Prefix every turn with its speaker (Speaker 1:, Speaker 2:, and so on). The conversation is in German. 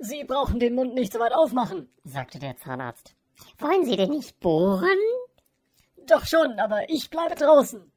Speaker 1: Sie brauchen den Mund nicht so weit aufmachen, sagte der Zahnarzt.
Speaker 2: Wollen Sie denn nicht bohren?
Speaker 1: Doch schon, aber ich bleibe draußen.